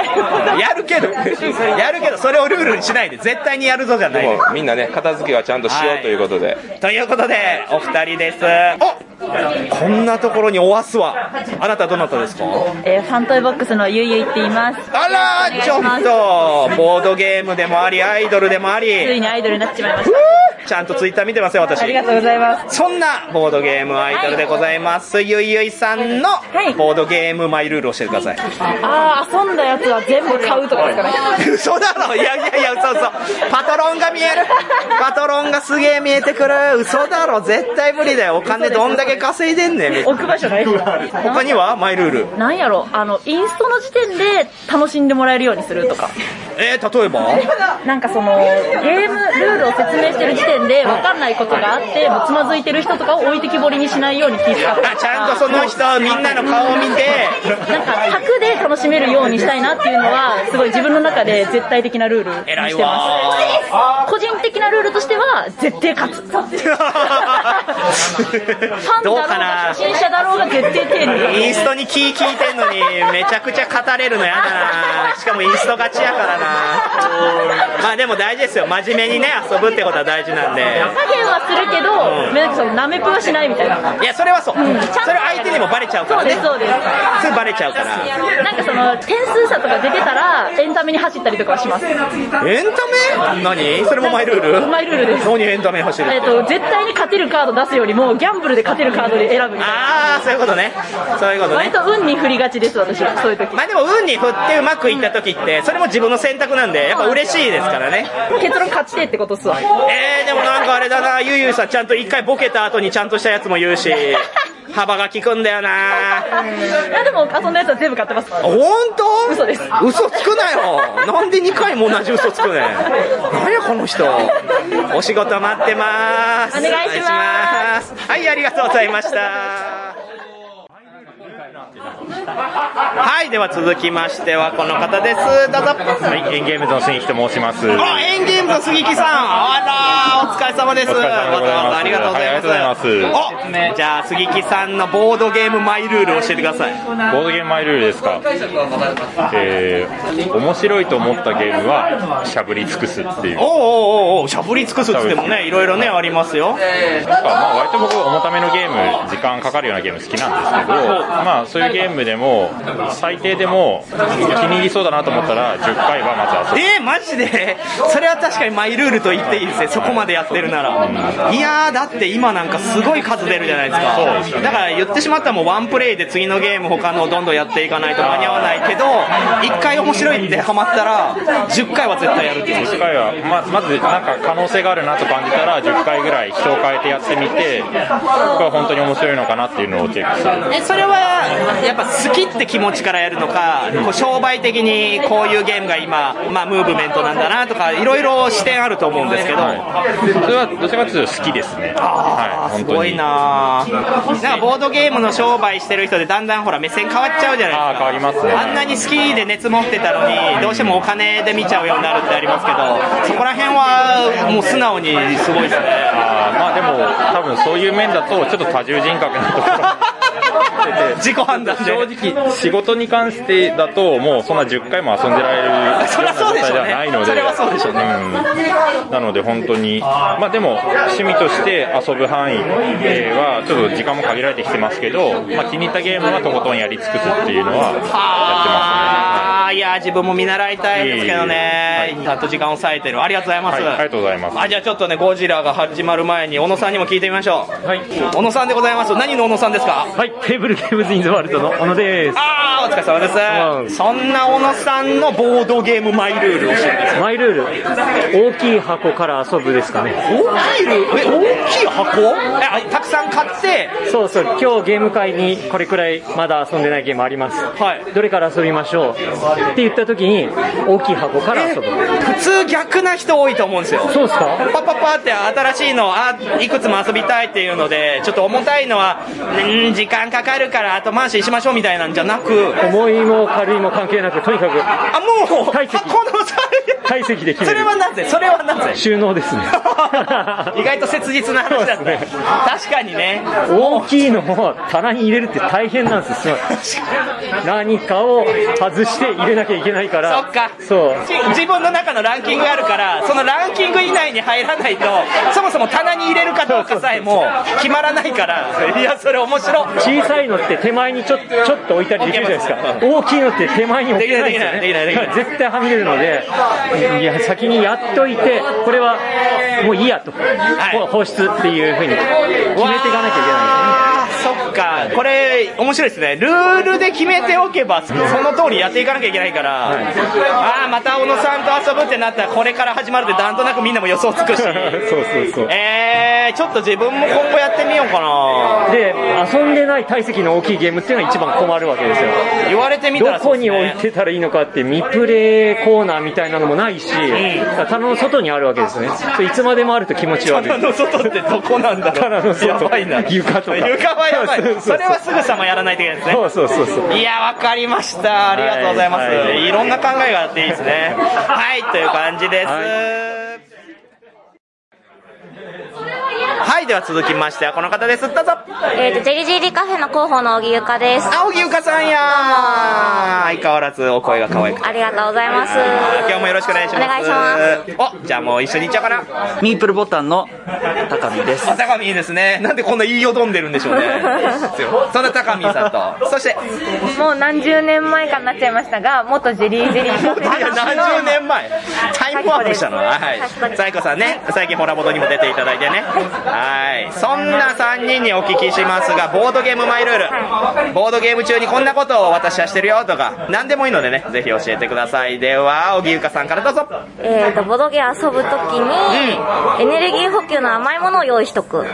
Speaker 4: やるけどやるけどそれをルールにしないで絶対にやるぞじゃな
Speaker 13: で
Speaker 4: い
Speaker 13: もみんなね片付けはちゃんとしようということで、
Speaker 4: ということでお二人ですお
Speaker 2: こんなところにおわすわ。あなたどなたですか
Speaker 11: えーファントイボックスのゆいゆいって言います。
Speaker 2: あらちょっと、ボードゲームでもあり、アイドルでもあ
Speaker 11: つい
Speaker 2: り、
Speaker 11: にアイドルになっちまいまし
Speaker 2: ちゃんとツイッター見てますよ、私。
Speaker 11: た。ありがとうございます。
Speaker 2: そんなボードゲームアイドルでございます、ゆいゆいさんのボードゲームマイルールを教えてください、
Speaker 11: ああ、遊んだやつは全部買うとかですかね。
Speaker 2: 嘘だろいやいやいや嘘嘘パトロンが見えるパトロンがすげえ見えてくる嘘だろ絶対無理だよお金どんだけ稼いでんねん
Speaker 11: 置く場所ない
Speaker 2: 他にはマイルール
Speaker 11: なんやろあの、インストの時点で楽しんでもらえるようにするとか。
Speaker 2: えー、例えば
Speaker 11: なんかその、ゲームルールを説明してる時点で分かんないことがあって、もうつまずいてる人とかを置いてきぼりにしないように気遣って。
Speaker 2: あちゃんとその人みんなの顔を見て
Speaker 11: なんか、柵で楽しめるようにしたいなっていうのは、すごい自分の中で絶対的なルールにして
Speaker 2: 偉い
Speaker 11: ま
Speaker 2: わ
Speaker 11: す。個人的なルールとしては、絶対勝つ。
Speaker 2: [LAUGHS]
Speaker 11: ファンだ
Speaker 2: どう
Speaker 11: ろう
Speaker 2: かな
Speaker 11: が、初心者だろうが絶対手に。
Speaker 2: インストに気聞いてんのにめちゃくちゃ語れるのやだなしかもインスト勝ちやからなまあでも大事ですよ真面目にね遊ぶってことは大事なんで
Speaker 11: 加減はするけど、なんかその、なめぷはしないみたいな。
Speaker 2: いやそれはそう、それ相手にもバレちゃうからね
Speaker 11: そうですそうです
Speaker 2: ぐバレちゃうから
Speaker 11: なんかその、点数差とか出てたら、エンタメに走ったりとかはします。
Speaker 2: エンタメ何それもマイルール
Speaker 11: マイルールです
Speaker 2: 何エンタメ走るって
Speaker 11: えっと、絶対に勝てるカード出すよりも、ギャンブルで勝てるカードで選ぶみたい
Speaker 2: ああそういうことねそういうこと
Speaker 11: な。割
Speaker 2: ね
Speaker 11: と運に振りがちです、私は。そういう時。
Speaker 2: まあでも運に振ってうまくいった時ってそれも自分の選択なんでやっぱ嬉しいですからね
Speaker 11: 結論勝ちてってことっすわ。
Speaker 2: えー、でもなんかあれだなゆうゆうさんちゃんと一回ボケた後にちゃんとしたやつも言うし幅が利くんだよない [LAUGHS]
Speaker 11: やでも遊んだやつは全部買ってます
Speaker 2: 本当
Speaker 11: 嘘です
Speaker 2: 嘘つくなよなんで2回も同じ嘘つくねん何やこの人お仕事待ってます
Speaker 11: お願いします
Speaker 2: お願いしますはいありがとうございましたはいでは続きましてはこの方ですどうぞ
Speaker 13: はい、エンゲームズの新規と申します。
Speaker 2: あエンゲームの杉木さんあらお疲れ様です
Speaker 13: お疲れ様でござい
Speaker 2: わざわ
Speaker 13: ます
Speaker 2: ざありがとうございます,、
Speaker 13: はいありがとうござい
Speaker 2: おじゃあ杉木さんのボードゲームマイルールを教えてください
Speaker 13: ボードゲームマイルールですか。えー、面白いと思ったゲームは、しゃぶり尽くすっていう。
Speaker 2: おうおうおうおうしゃぶり尽くすっつってもねいろいろねありますよ
Speaker 13: なんかまあ割と僕重ためのゲーム時間かかるようなゲーム好きなんですけどまあそういうゲームでも最低でも気に入りそうだなと思ったら10回はまず遊ぶ
Speaker 2: えー、マジでそれは確かにマイルールと言っていいですねそこまでやってるならいやーだって今なんかすごい数出るじゃないですか
Speaker 13: そうですよね
Speaker 2: だから言ってしまったらもうワンプレイで次のゲーム他のをどんどんやっていかないと間に合わないけど1回面白いってハマったら10回は絶対やるっていう
Speaker 13: 10回はままずなんか可能性があるなと感じたら10回ぐらい人を変えてやってみてこれは本当に面白いのかなっていうのをチェックする
Speaker 2: えそれはやっぱ好きって気持ちからやるのかこう商売的にこういうゲームが今、まあ、ムーブメントなんだなとかいろいろ視点あると思うんですけど、
Speaker 13: それはどちらかというと好きですねはい本当
Speaker 2: す
Speaker 13: に
Speaker 2: ごいなぁなんかボードゲームの商売してる人でだんだんほら目線変わっちゃうじゃないですかあ
Speaker 13: 変わりますね
Speaker 2: んなに好きで熱持ってたのにどうしてもお金で見ちゃうようになるってありますけどそこら辺はもう素直にすごいですね
Speaker 13: あーまあでも多分そういう面だとちょっと多重人格なところ
Speaker 2: 自己判断
Speaker 13: 正直仕事に関してだともうそんな10回も遊んでられる
Speaker 2: そりゃそうでしょうね
Speaker 13: よな状態ではないので
Speaker 2: それはそうでしょうね
Speaker 13: うんなので本当にまあでも趣味として遊ぶ範囲えーはちょっと時間も限られてきてますけど、まあ、気に入ったゲームはとことんやり尽くすっていうのはやってますね
Speaker 2: あーいや自分も見習いたいですけどねちゃんと時間を割いてるありがとうございます、
Speaker 13: はいありがとうございます
Speaker 2: あじゃあちょっとねゴジラが始まる前に小野さんにも聞いてみましょう、小野さんでございます何の小野さんですか
Speaker 6: はい、テーブルゲームズインズワールドの小野です。
Speaker 2: ああ、お疲れ様です。そんな小野さんのボードゲームマイルールを教えてください
Speaker 6: マイルール、大きい箱から遊ぶですかね。
Speaker 2: 大きいルールえ、大きい箱えあたくさん買って、
Speaker 6: そうそう、今日ゲーム会にこれくらいまだ遊んでないゲームあります。はい。どれから遊びましょうって言った時に、大きい箱から遊ぶ。
Speaker 2: 普通逆な人多いと思うんですよ。
Speaker 6: そうですか
Speaker 2: パパパって新しいの、あ、いくつも遊びたいっていうので、ちょっと重たいのは、うん時間かかるから後回しにしましょうみたいなんじゃなく、
Speaker 6: 重いも軽いも関係なく、とにかく。
Speaker 2: あ、もう、箱のサイズ
Speaker 6: 体積で決める
Speaker 2: それはなぜそれはなぜ
Speaker 6: 収納ですね
Speaker 2: 意外と切実な話だった、確かにね
Speaker 6: 大きいのを棚に入れるって大変なんですよすごい何かを外して入れなきゃいけないから
Speaker 2: そっか
Speaker 6: そう
Speaker 2: 自分の中のランキングがあるからそのランキング以内に入らないとそもそも棚に入れるかどうかさえもう決まらないからいやそれ面白
Speaker 6: 小さいのって手前にちょちょっと置いたりできるじゃないですか大きいのって手前に置けないんですよ、ね、
Speaker 2: できないできないできないできない
Speaker 6: 絶対はみ出るのでいや先にやっといてこれはもういいやと、こう放出っていうふうに決めていかなきゃいけない
Speaker 2: そっかこれ面白いですねルールで決めておけばその通りやっていかなきゃいけないから、ああまた小野さんと遊ぶってなったらこれから始まるってなんとなくみんなも予想つくし
Speaker 6: [LAUGHS] そうそうそう
Speaker 2: えー、ちょっと自分も今後やってみようかな
Speaker 6: で遊んでない体積の大きいゲームっていうのは一番困るわけですよ
Speaker 2: 言われてみたら
Speaker 6: どこに置いてたらいいのかって未プレイコーナーみたいなのもないし、棚の外にあるわけですねそれいつまでもあると気持ち悪い
Speaker 2: 棚の外ってどこなんだろう
Speaker 6: 棚の外
Speaker 2: やばいな
Speaker 6: 床とか
Speaker 2: 床はやば
Speaker 6: そうそうそ
Speaker 2: いうそれはすぐさまやらないといけないですね
Speaker 6: そうそうそうそう
Speaker 2: いやわかりましたありがとうございます、
Speaker 6: はいいはい
Speaker 2: ろんな考えがあっていいですねはいという感じですはい、では続きましてはこの方ですどうぞ
Speaker 14: えっ、と、ジェリジェリカフェの広報の小木ゆかです。
Speaker 2: あ、小木ゆかさんやあー相変わらずお声が可愛くて
Speaker 14: ありがとうございます。
Speaker 2: 今日もよろしくお願いします
Speaker 14: お願いし
Speaker 2: ますおじゃあもう一緒に行っちゃおうかな
Speaker 4: ミープルボタンの高見です。
Speaker 2: あ高見いいですねなんでこんな言いよどんでるんでしょうね [LAUGHS] そんな高見さんとそして
Speaker 9: もう何十年前かになっちゃいましたが、元ジェリージェリーカフェの
Speaker 2: 何十年前タイムワープしたのはいサイコさんね最近ホラボドにも出ていただいてねはいそんな3人にお聞きしますがボードゲームマイルールボードゲーム中にこんなことを私はしてるよとか何でもいいのでねぜひ教えてくださいでは小木ゆかさんからどうぞ
Speaker 14: えっ、と、ボドゲ遊ぶときに、エネルギー補給の甘いものを用意しとく。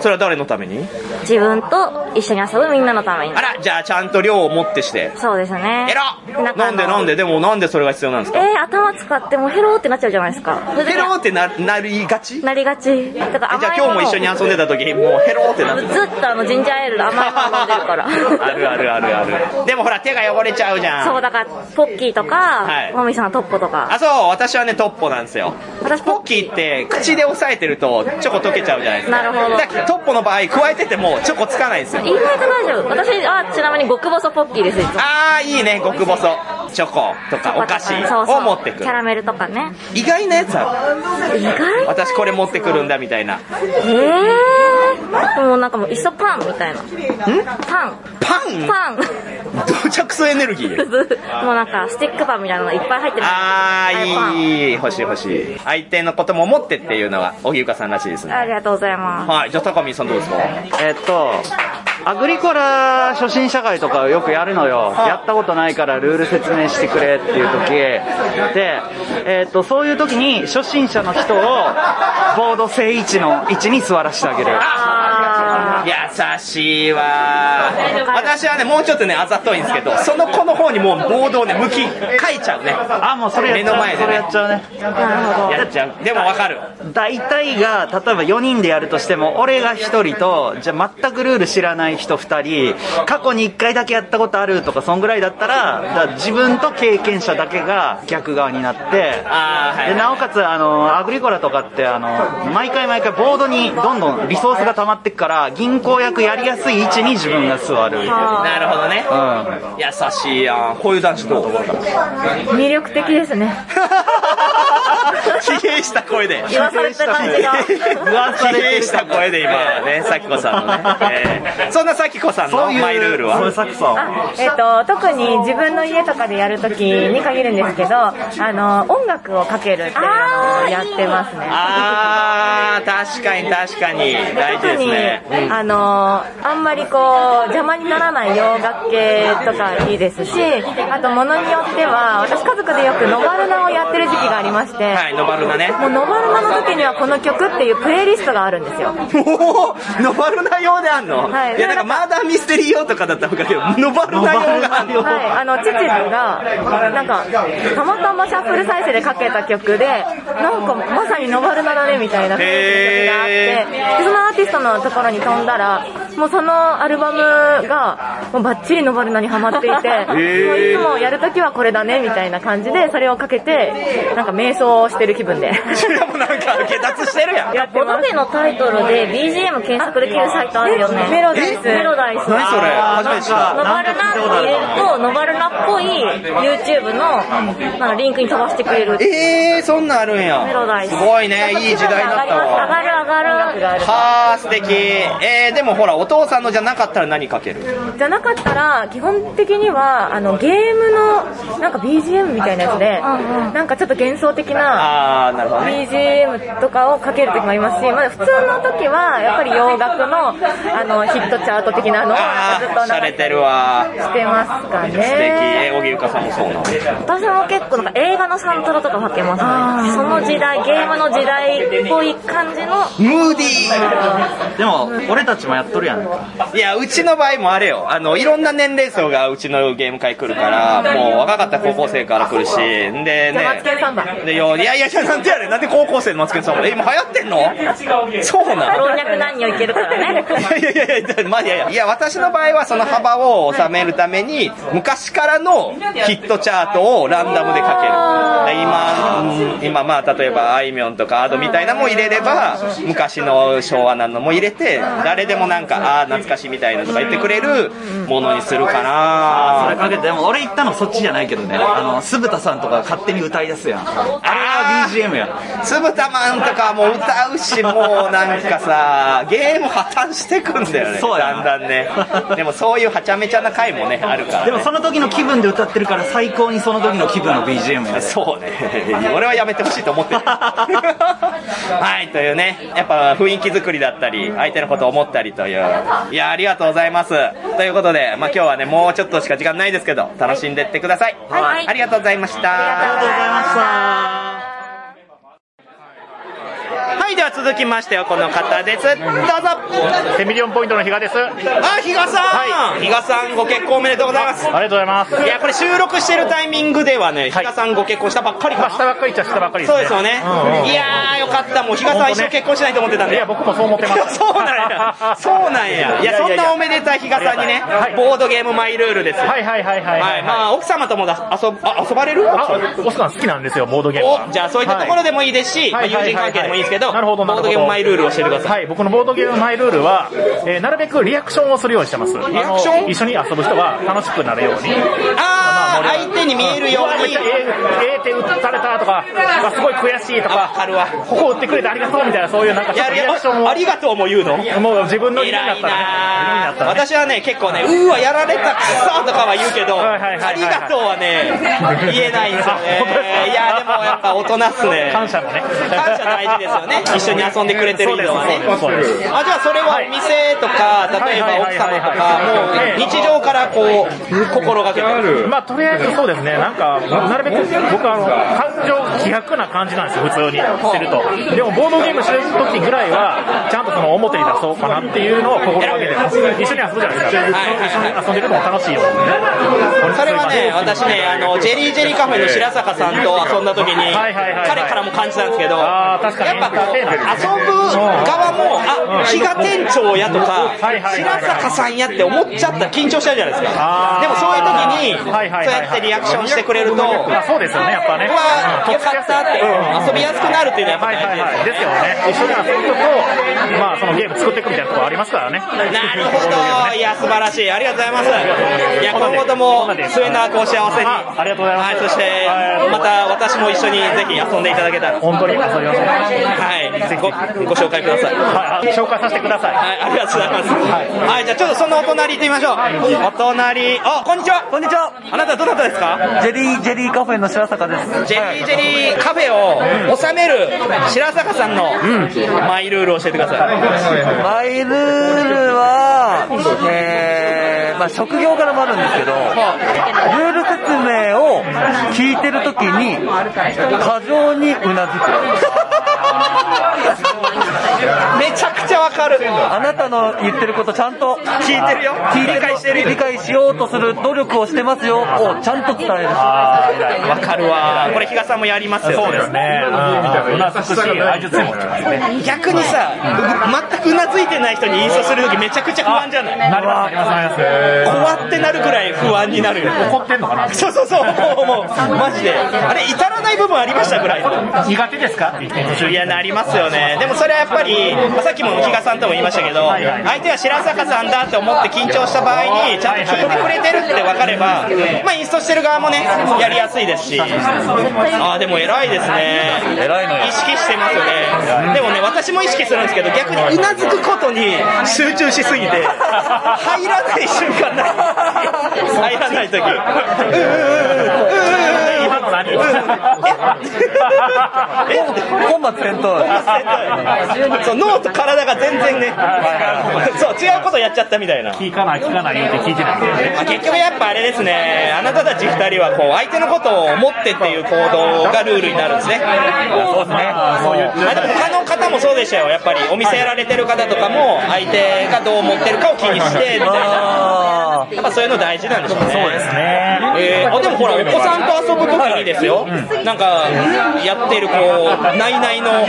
Speaker 2: それは誰のために
Speaker 14: 自分と一緒に遊ぶみんなのために。
Speaker 2: あらじゃあちゃんと量を持ってして
Speaker 14: そうですね。えろ
Speaker 2: なんでなんででもなんでそれが必要なんですか
Speaker 14: えー、頭使ってもうヘローってなっちゃうじゃないですか。
Speaker 2: ヘローってななりがち
Speaker 14: なりがち。だから
Speaker 2: じゃ
Speaker 14: 甘
Speaker 2: あ
Speaker 14: いも
Speaker 2: 今日
Speaker 14: の
Speaker 2: も一緒に遊んでた時にもうヘローってなって
Speaker 14: ずっとあの、ジンジャーエールの甘いもの飲んでるから。
Speaker 2: [LAUGHS] あるあるあるあるでもほら手が汚れちゃうじゃん
Speaker 14: そう、だから、ポッキーと
Speaker 2: は
Speaker 14: か
Speaker 2: い、
Speaker 14: もみさんのトッポとか。
Speaker 2: あそう私はねトッポなんですよ
Speaker 14: 私
Speaker 2: ポッキーって口で押さえてるとチョコ溶けちゃうじゃないですか
Speaker 14: なるほど
Speaker 2: だからトッポの場合加えててもチョコつかないんですよ
Speaker 14: 意外と大丈夫。私はちなみに極細ポッキーです、いつも
Speaker 2: ああいいね極細チョコとかお菓子
Speaker 14: そうそう
Speaker 2: を持ってく
Speaker 14: キ
Speaker 2: る
Speaker 14: ャラメルとかね。
Speaker 2: 意外なやつある
Speaker 14: 意外
Speaker 2: 私これ持ってくるんだみたいな
Speaker 14: えー。もうなんかもう、いっそパンみたいな。パン。
Speaker 2: パン
Speaker 14: パン。 [LAUGHS]
Speaker 2: 到着エネルギー
Speaker 14: もうなんか、スティックパンみたいなのがいっぱい入ってる。
Speaker 2: あ
Speaker 14: いっぱいパ
Speaker 2: あ
Speaker 14: ン
Speaker 2: いい欲しい欲しい相手のことも思ってっていうのが荻生さんらしいですね
Speaker 14: ありがとうございます。
Speaker 2: はいじゃあ高見さんどうですか
Speaker 4: えっと、アグリコラ初心者会とかをよくやるのよ。やったことないからルール説明してくれっていう時。で、えっと、そういう時に初心者の人をボード正位置の位置に座らせてあげる。
Speaker 2: 優しいわ私はねもうちょっとねあざといんですけどその子の方にもうボードをね向き書いちゃうねあ
Speaker 4: もうそれやっちゃ
Speaker 2: 目の
Speaker 4: う
Speaker 2: 前で、ね、
Speaker 4: それやっちゃうね
Speaker 2: やっちゃうでもわかる
Speaker 4: 大体が、例えば4人でやるとしても、俺が1人と、じゃあ全くルール知らない人2人、過去に1回だけやったことあるとか、そんぐらいだったら、だから自分と経験者だけが逆側になって、でなおかつ、あの、アグリコラとかって、あの、毎回毎回ボードにどんどんリソースが溜まってくから、銀行役やりやすい位置に自分が座る。
Speaker 2: なるほどね、優しいやんこういう男子どう [LAUGHS]
Speaker 9: 魅力的ですね。
Speaker 2: 疲弊した声で
Speaker 9: 言わされた感じが
Speaker 2: [LAUGHS] 疲弊した声で今はね咲子さんのね、えーそんな咲子さんのマイルールは
Speaker 4: そういう咲子さんは
Speaker 9: えっと、特に自分の家とかでやるときに限るんですけど、あの、音楽をかけるっていうのをやってますね。
Speaker 2: あー確かに確かに大事
Speaker 9: 特
Speaker 2: です
Speaker 9: に、
Speaker 2: ね、うん
Speaker 9: あのあんまりこう邪魔にならない洋楽系とかいいですしあと物によっては私家族でよくノバルナをやってる時期がありまして、
Speaker 2: はいノバルナね
Speaker 9: もうノバルナの時にはこの曲っていうプレイリストがあるんですよ
Speaker 2: おーノバルナ用であんの、、
Speaker 9: はいい
Speaker 2: やなんかマーダーミステリー用とかだったら分かるけどノバルナ用があんの、
Speaker 9: はい、あの父がなんかたまたまシャッフル再生でかけた曲でなんかまさにノバルナだねみたいな感じの曲があってでそのアーティストのところに飛んだら
Speaker 13: もうそのアルバムがもうバッチリノバルナにハマっていて、
Speaker 15: へー
Speaker 13: もういつもやるときはこれだねみたいな感じでそれをかけてなんか瞑想をしてる気分で
Speaker 2: 下脱してる [LAUGHS] やん。
Speaker 13: や
Speaker 9: ボドゲのタイトルで BGM 検索できるサイトあるよね。
Speaker 13: メロダイス
Speaker 9: メロダイス。
Speaker 13: 何それ初めて知った
Speaker 9: ノバルナって言うと、ノバルナっぽい YouTube のなんかリンクに飛ばしてくれる。
Speaker 2: えー、そんなんあるんや
Speaker 9: メロダイス。
Speaker 2: すごいねいい時代になったわ
Speaker 9: 上がる上がる上がる。
Speaker 2: はあ素敵えー、でもほらお父さんのじゃなかったら何かける
Speaker 13: じゃなかったら基本的にはあのゲームのなんか BGM みたいなやつでなんかちょっと幻想的な
Speaker 2: あーなるほどね
Speaker 13: BGM とかをかける時もありますし、まあ、普通の時はやっぱり洋楽のあのヒットチャート的なのを
Speaker 2: あ
Speaker 13: ずっと
Speaker 2: ーしゃれてるわ素
Speaker 13: してますか
Speaker 2: 敵え
Speaker 13: ね
Speaker 2: ー荻生さんもそうなの
Speaker 9: 私も結構なんか映画のサントラとかかけますね。その時代、ゲームの時代っぽい感じの。
Speaker 2: ムーディーでも俺たちもやっとるやんいやうちの場合もあれよあのいろんな年齢層がうちのゲーム会来るからもう若かった高校生から来るしで
Speaker 13: じゃあマ
Speaker 2: ね
Speaker 13: ツケンサンバ
Speaker 2: でよいやいやいやなんでやねんなんで高校生のマツケンさんもえ今流行ってんのそうなの
Speaker 9: 老若男女いけるからね。
Speaker 2: [LAUGHS] いやいやいや、まあ、いやいや、いや、私の場合はその幅を収めるために、昔からのヒットチャートをランダムでかける。で今、今まあ、例えば、あいみょんとかアドみたいなのも入れれば、昔の昭和なのも入れて、誰でもなんか、ああ、懐かしいみたいなとか言ってくれるものにするかな
Speaker 16: それかけてでも俺行ったのそっちじゃないけどねあの酢豚さんとか勝手に歌い出すやんあれが BGM や
Speaker 2: つぶたまんとかも歌うし、もうなんかさ、ゲーム破綻してくんだよね。
Speaker 16: そうや
Speaker 2: だんだんね。でもそういうはちゃめちゃな回もね、あるから、ね。
Speaker 16: でもその時の気分で歌ってるから最高にその時の気分の BGM や
Speaker 2: そうね [LAUGHS] 俺はやめてほしいと思 [LAUGHS] ってるはいというねやっぱ雰囲気作りだったり相手のことを思ったりといういやありがとうございますということで、まあ、今日はねもうちょっとしか時間ないですけど楽しんでってください、ありがとうございましたはいでは続きましてはこの方ですどうぞセミリオンポイントの比嘉ですあ比嘉さん、比嘉さんご結婚おめでとうございますありがとうございますいやこれ収録してるタイミングではね比嘉さんご結婚したばっかりかな、したばっかりっちゃしたばっかり
Speaker 4: です
Speaker 2: そう
Speaker 4: ね
Speaker 2: ですよね、
Speaker 4: うん
Speaker 2: いやーよかったもう比嘉さん一生結婚しないと思ってたんで
Speaker 4: いや僕もそう思ってます
Speaker 2: [LAUGHS] そうなんやそうなんやいやそんなおめでたい比嘉さんにねボードゲームマイルールですはいはいはいはい、まあ奥様ともだ遊ぶあ遊ばれる
Speaker 4: オスカン好きなんですよ、ボードゲームは
Speaker 2: おじゃあそういったところでもいいですし、
Speaker 4: はい
Speaker 2: まあ友人関係でもいいですけど、
Speaker 4: なるほど、な
Speaker 2: ボー
Speaker 4: るほど
Speaker 2: ドゲームマイルールを教えてください。
Speaker 4: はい、僕のボードゲームマイルールは、えーなるべくリアクションをするようにしてます。リアクション一緒に遊ぶ人が楽しくなるように。
Speaker 2: あー、相手に見えるように。
Speaker 4: ええって打たれたとか、あすごい悔しいとか、ここ打ってくれてありがとうみたいな、そういうなんか、
Speaker 2: やるや
Speaker 4: リアクションを。
Speaker 2: ありがとうも言うの
Speaker 4: もう自分の意味になったね。
Speaker 2: 私はね、結構ね、うーわ、やられた、くそーとかは言うけど、ありがとうはね、言えないんですよね。 [LAUGHS] いや、でもやっぱ大人っすね。感謝もね。感謝大事ですよね。 [LAUGHS] 一緒に遊んでくれてる人はね。
Speaker 4: そうですそうです
Speaker 2: あ、じゃあそれはお店とか、例えば奥様とか、もう日常からこう、心がけてる。
Speaker 4: まあ、とりあえずそうですね、なんか、なるべく僕はあの、感情希薄な感じなんですよ、普通にしてると。でも、ボードゲームしてる時ぐらいは、ちゃんとその表に出そうかなっていうのを心がけてます。一緒に遊ぶじゃないですか。一緒に遊んでるのも楽しいよ。
Speaker 2: それはね、私ね、あの、ジェリージェリーカフェの白坂さんと遊んだ時に、彼からも感じたんですけど、やっぱこう、遊ぶ側も、あ、比嘉店長やとか、白坂さんやって思っちゃったら緊張しちゃうじゃないですか。でもそういう時に、そうやってリアクションしてくれると、
Speaker 4: あそうですよね、やっぱね。
Speaker 2: うわーよかったって、遊びやすくなるっていうのはやっぱ大事ですよね
Speaker 4: ですよね。一緒に遊ぶと、まあ、そのゲーム作っていくみたいなところありますからね。
Speaker 2: [LAUGHS] なるほど、いや、素晴らしい、ありがとうございます。いや、今後とも末永くお幸せに。ありがとうございます。はい、そして、また私も一緒にぜひ遊んでいただけたら。
Speaker 4: 本当に遊びましょう
Speaker 2: はい、ごご紹介ください。
Speaker 4: はい、紹介させてください。
Speaker 2: はい、ありがとうございます。はい、じゃあちょっとそのお隣行ってみましょう。お隣、あ、こんにちは。こんにちは。あなたどなたですか
Speaker 16: ジェリージェリーカフェの白坂です
Speaker 2: ジェリージェリーカフェを収める白坂さんのマイルールを教えてください。
Speaker 6: マイルールは、えーまあ、職業柄もあるんですけど、ルール説明を聞いてるときに、過剰にうなずく。
Speaker 17: めちゃくちゃわかる。あなたの言ってることちゃんと聞いてるよ。理解してる。理解しようとする努力をしてますよ。をちゃんと伝える。
Speaker 2: わかるわ。これ、比嘉さんもやりますよ。そうですね。うなずくし、愛術も。
Speaker 4: 逆にさ、全くうなずいてない人にインストするときめちゃくちゃ不安じゃないなります、怖ってなるぐらい不安になる。怒ってんのかなそうそうそう、もう、もう、マジで。あれ、至らない部分ありましたぐらいの。苦手ですかいや、なりますよね。でもそれはやっぱり、まあさっきも比嘉さんとも言いましたけど、相手は白坂さんだって思って緊張した場合に、ちゃんと聞いてくれてるって分かれば、まあ、インストしてる側もね、やりやすいですし、ああ、でも偉いですね。偉いの意識してますよね。でもね、私も意識するんですけど、逆にうなずくことに集中しすぎて、入らない瞬間ない。入らない時。う今の何え本末転倒そう脳と体が全然ねそう違うことやっちゃったみたいな
Speaker 18: 聞かない聞かない言うて聞いてない
Speaker 2: まあ結局やっぱあれですねあなたたち2人はこう相手のことを思ってっていう行動がルールになるんですねそうですねあでも他の方もそうでしたよやっぱりお店やられてる方とかも相手がどう思ってるかを気にしてみたいなやっぱそういうの大事なんでしょうねそうですね、えーあでもほらお子さんと遊ぶ時にですよ、なんかやってるこうないないのない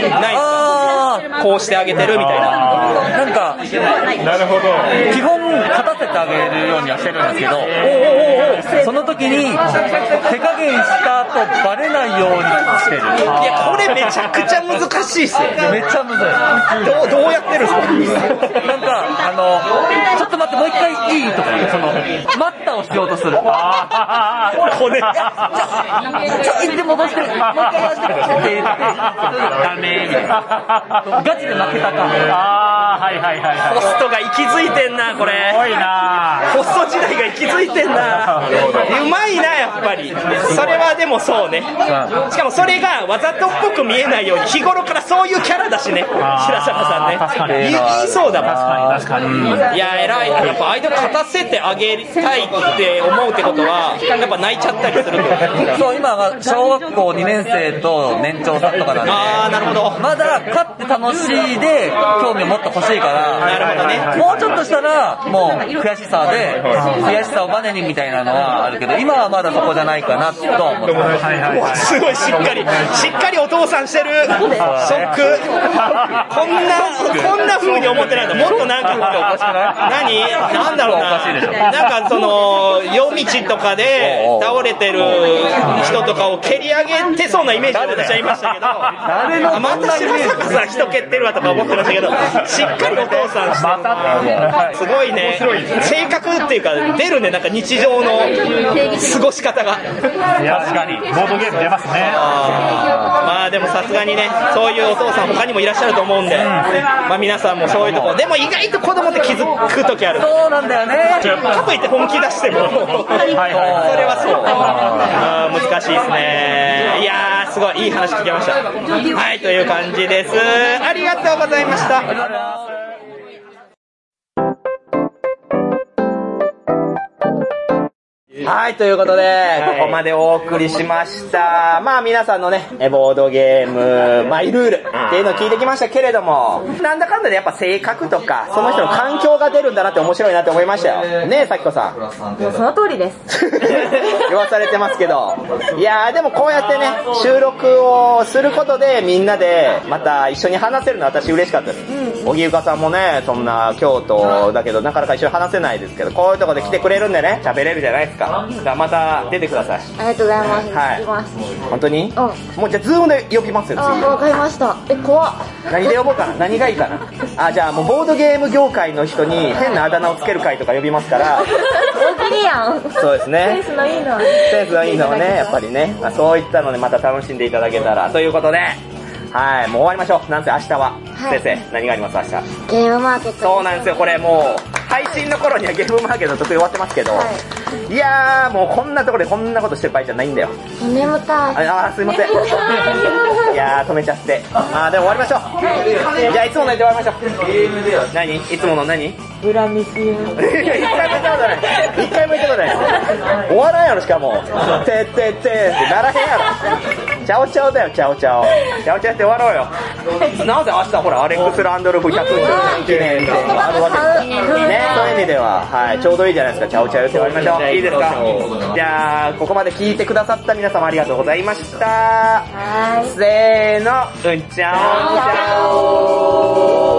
Speaker 2: こうしてあげてるみたいな
Speaker 17: なんか、なるほど。基本、勝たせてあげるようにはしてるんですけど、その時に、手加減した後、バレないようにしてる。
Speaker 2: いや、これめちゃくちゃ難しいっすよ。
Speaker 17: めっちゃむずい。
Speaker 2: どう、どうやってるんですか
Speaker 17: なんか、あの、ちょっと待って、もう一回いいとか言う、その、待ったをしようとする。これ、ちょ、いつ戻して、もう一回やらせてって言って、ダメみたいな。ガチで負けたか
Speaker 2: ああはいはいはい、ホストが息づいてんなこれすごいなホスト時代が息づいてんなうまいなやっぱりそれはでもそうねしかもそれがわざとっぽく見えないように日頃からそういうキャラだしね白坂さんね言い言いそうだもん確かに確かにいや偉いやっぱ相手を勝たせてあげたいって思うってことはやっぱ泣いちゃったり [LAUGHS] する
Speaker 17: そう、今が小学校2年生と年長さんとかなんで、
Speaker 2: あーなるほど
Speaker 17: まだ勝って楽しいで、興味を持ってほしいから、もうちょっとしたら、もう悔しさで、悔しさをバネにみたいなのはあるけど、今はまだそこじゃないかなとは思ってます。
Speaker 2: うわすごいしっかりしっかりお父さんしてるショックこんなこんな風に思ってないともっとなんか何なんだろうななんかその夜道とかで倒れてる人とかを蹴り上げてそうなイメージで私はいましたけどあまた白坂さん人蹴ってるわとか思ってましたけどしっかりお父さんしてるすごいね性格っていうか出るねなんか日常の過ごし方が
Speaker 18: 確かにボードゲーム出ますね
Speaker 2: まあでもさすがにね、そういうお父さん、他にもいらっしゃると思うんで、まあ皆さんもそういうとこ、でも意外と子供って気づくときある、
Speaker 17: そうなんだよね。
Speaker 2: かといって本気出しても、それはそう、あー難しいですね、いやー、すごい、いい話聞けました。はい、という感じです、ありがとうございました。はい、ということで、ここまでお送りしました。まあ皆さんのね、えボードゲーム、マイルールっていうのを聞いてきましたけれども、なんだかんだでやっぱ性格とか、その人の環境が出るんだなって面白いなって思いましたよ。ねえ、さきこさん。
Speaker 14: その通りです。
Speaker 2: [LAUGHS] 言わされてますけど。いやーでもこうやってね、収録をすることでみんなでまた一緒に話せるのは私嬉しかったです。荻生さんもね、そんな京都だけどなかなか一緒に話せないですけど、こういうとこで来てくれるんでね、喋れるじゃないですか。だからまた出てください。
Speaker 14: ありがとうございます。
Speaker 2: は
Speaker 14: 行
Speaker 2: い
Speaker 14: きます。
Speaker 2: 本当にもうじゃあズームで呼びますよ。
Speaker 14: あ、わかりました。え、
Speaker 17: [LAUGHS]
Speaker 14: 怖っ。
Speaker 2: 何で呼ぼうかな何がいいかなあ、じゃあもうボードゲーム業界の人に変なあだ名をつける会とか呼びますから、
Speaker 14: お気にやん。
Speaker 2: そうですね。
Speaker 14: センスのいいの。
Speaker 2: センスのいいのをね、やっぱりね、まあ、そういったのでまた楽しんでいただけたらということで、はい、もう終わりましょう。なんせ明日は、
Speaker 14: はい
Speaker 2: 先生、何があります明日。
Speaker 14: ゲームマーケット。
Speaker 2: そうなんですよ、これもう、配信の頃にはゲームマーケット特に終わってますけど、い、やー、もうこんなところでこんなことしてる場合じゃないんだよ。
Speaker 14: 眠たい。
Speaker 2: ああー、すいません。いやー、止めちゃって。あー、でも終わりましょう。じゃあ、いつものやって終わりましょう。何いつもの何
Speaker 14: 裏道。
Speaker 2: [LAUGHS]
Speaker 14: 一
Speaker 2: 回も行ったことない。一回も行ったことない。終わらんやろ、しかも。てってってってならへんやろ。チャオチャオだよチャオチャオチャオチャオして終わろうよなぜ明日ほらアレックス・ランドルフ100周年記念ってあるわけですよねそういう意味では、はい、ちょうどいいじゃないですかチャオチャオして終わりましょういいですかじゃあここまで聞いてくださった皆様ありがとうございましたせーのうんちゃおんちゃお